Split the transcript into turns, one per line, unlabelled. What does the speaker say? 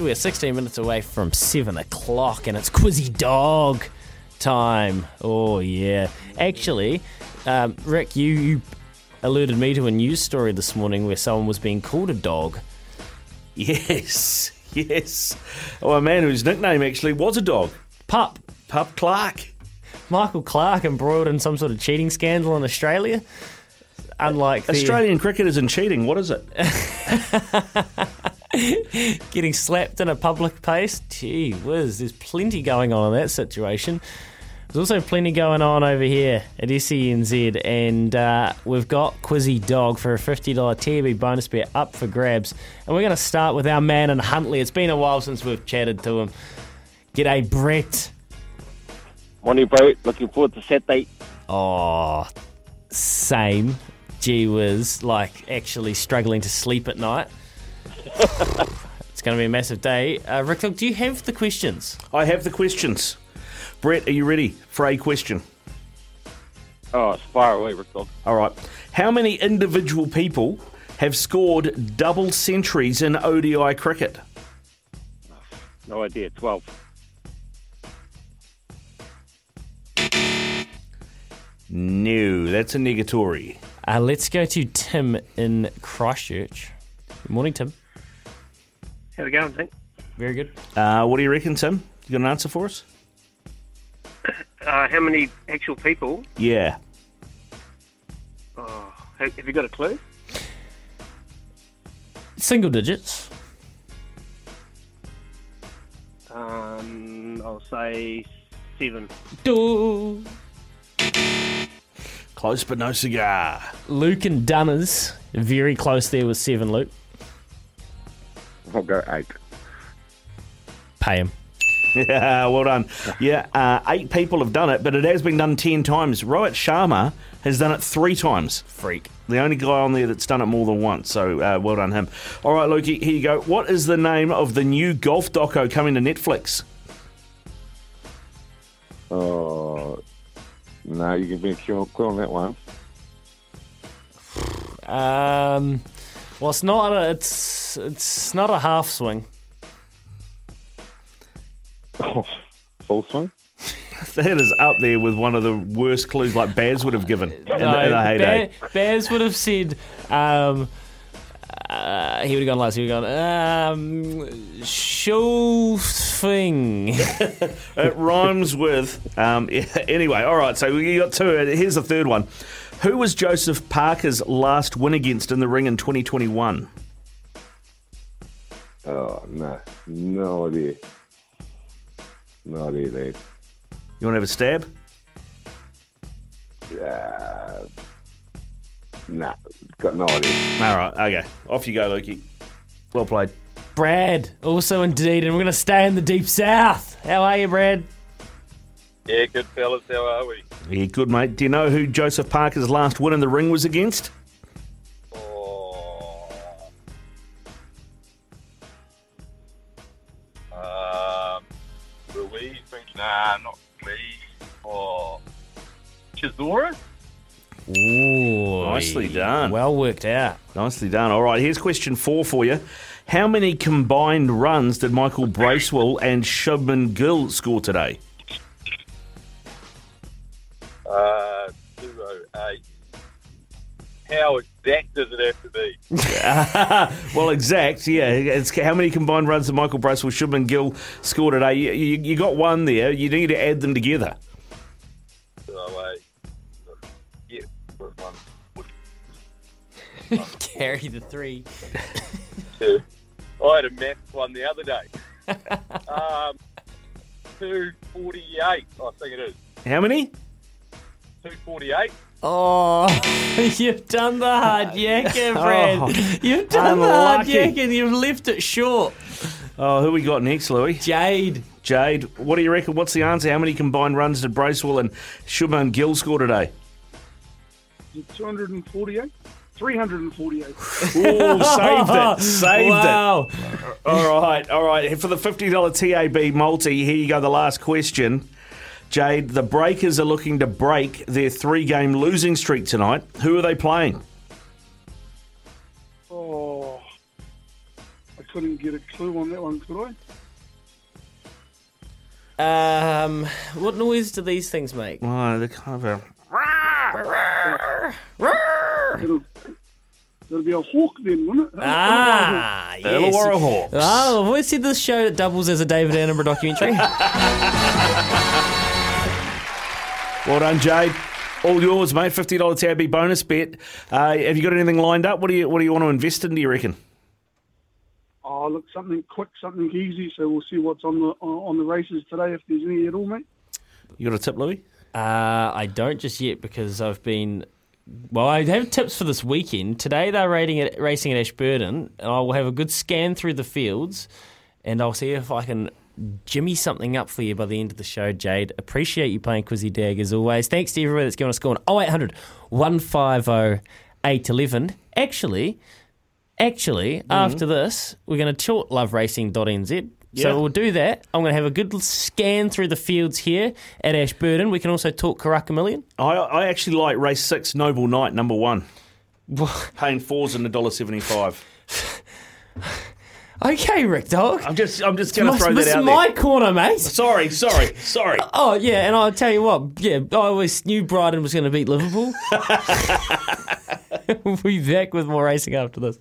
we're 16 minutes away from 7 o'clock and it's Quizzy Dog time. Oh, yeah. Actually, um, Rick, you, you alluded me to a news story this morning where someone was being called a dog.
Yes, yes. Oh, a man whose nickname actually was a dog,
Pup,
Pup Clark.
Michael Clark embroiled in some sort of cheating scandal in Australia. Unlike the-
Australian cricket is in cheating. What is it?
getting slapped in a public place. Gee whiz, there's plenty going on in that situation. There's also plenty going on over here at SENZ, and uh, we've got Quizzy Dog for a $50 TB bonus bet up for grabs. And we're going to start with our man in Huntley. It's been a while since we've chatted to him. G'day, Brett.
Morning, bro. Looking forward to Saturday.
Oh, same. Gee whiz, like actually struggling to sleep at night. it's going to be a massive day. Uh, Rick, look, do you have the questions?
I have the questions. Brett, are you ready for a question?
Oh, it's far away, Rick Dog.
All right. How many individual people have scored double centuries in ODI cricket?
No idea. 12.
No, that's a negatory.
Uh, let's go to Tim in Christchurch. Good morning, Tim.
How we going, Zink?
Very good.
Uh, what do you reckon, Tim? You got an answer for us?
Uh, how many actual people?
Yeah.
Oh, have, have you got a clue?
Single digits.
Um, I'll say seven.
Do.
Close but no cigar.
Luke and Dunners. Very close there with seven, Luke.
I'll go 8.
Pay him.
Yeah, well done. Yeah, uh, eight people have done it, but it has been done ten times. Rohit Sharma has done it three times.
Freak.
The only guy on there that's done it more than once, so uh, well done him. All right, Lukey, here you go. What is the name of the new golf doco coming to Netflix?
Oh, no, you can be sure clue on that one.
Um, well, it's not a, it's it's not a half swing.
Oh, full swing?
That is up there with one of the worst clues like Baz would have given in, the, in the heyday.
Ba- Bears would have said, um, uh, he would have gone last. He would have gone, um, show thing.
It rhymes with. Um, yeah, anyway, all right, so you got two. Here's the third one. Who was Joseph Parker's last win against in the ring in 2021?
Oh, no. No idea. No idea, dude.
You want to have a stab?
Uh, nah, got no idea.
All right, okay. Off you go, Lukey. Well played.
Brad, also indeed, and we're going to stay in the deep south. How are you, Brad?
Yeah, good fellas, how are we?
Yeah, good, mate. Do you know who Joseph Parker's last win in the ring was against?
Oh. Um, Ruiz, nah, not Lee. Or Chisora?
Ooh,
Nicely done.
Well worked out.
Nicely done. All right, here's question four for you. How many combined runs did Michael Bracewell and Shubman Gill score today?
Uh, 208. How exact does it have to be?
Well, exact. Yeah, it's how many combined runs did Michael Bracewell, Shubman Gill score today? You, you, you got one there. You need to add them together.
208. uh, Yeah, what one? What
Carry the three.
two? I had a maths one the other day. um, 248, I think it is.
How many?
248.
Oh, you've done the hard yakking, Brad.
Oh,
you've done the hard
unlucky.
yakking. You've left it short.
Oh, who we got next, Louis?
Jade.
Jade, what do you reckon? What's the answer? How many combined runs did Bracewell and Shubman Gill score today?
248? 348.
Oh, saved it. Saved it.
wow.
All right, all right. For the fifty dollar TAB multi, here you go. The last question, Jade. The Breakers are looking to break their three game losing streak tonight. Who are they playing?
Oh. I couldn't get a clue on that one, could I?
Um, what noise do these things make?
Oh, they're kind of a.
It'll, it'll be a hawk then, wouldn't it?
Ah, yes.
Illawarra Hawks.
Oh, have always said this show that doubles as a David Attenborough documentary.
Well done, Jade. All yours, mate. Fifty dollar TAB bonus bet. Uh, have you got anything lined up? What do you What do you want to invest in? Do you reckon?
Oh, look, something quick, something easy. So we'll see what's on the on the races today, if there's any at all, mate.
You got a tip, Louis?
Uh, I don't just yet because I've been. Well, I have tips for this weekend. Today they're rating at, racing at Ashburton, and I will have a good scan through the fields, and I'll see if I can jimmy something up for you by the end of the show, Jade. Appreciate you playing Quizzy Dag as always. Thanks to everybody that's given us a call on 0800 150 811. oh, Actually, Actually, after this, we're going to tilt loveracing.nz.
Yeah.
So we'll do that. I'm going to have a good l- scan through the fields here at Ashburton. We can also talk Karakamillion.
I I actually like race six, Noble Knight, number one. Paying fours and a dollar seventy five.
Okay, Rick Dog.
I'm just I'm just going to
Must-
throw
this
that
is
out
my
there.
corner, mate.
Sorry, sorry, sorry.
Oh, yeah, and I'll tell you what. Yeah, I always knew Brighton was going to beat Liverpool. we'll be back with more racing after this.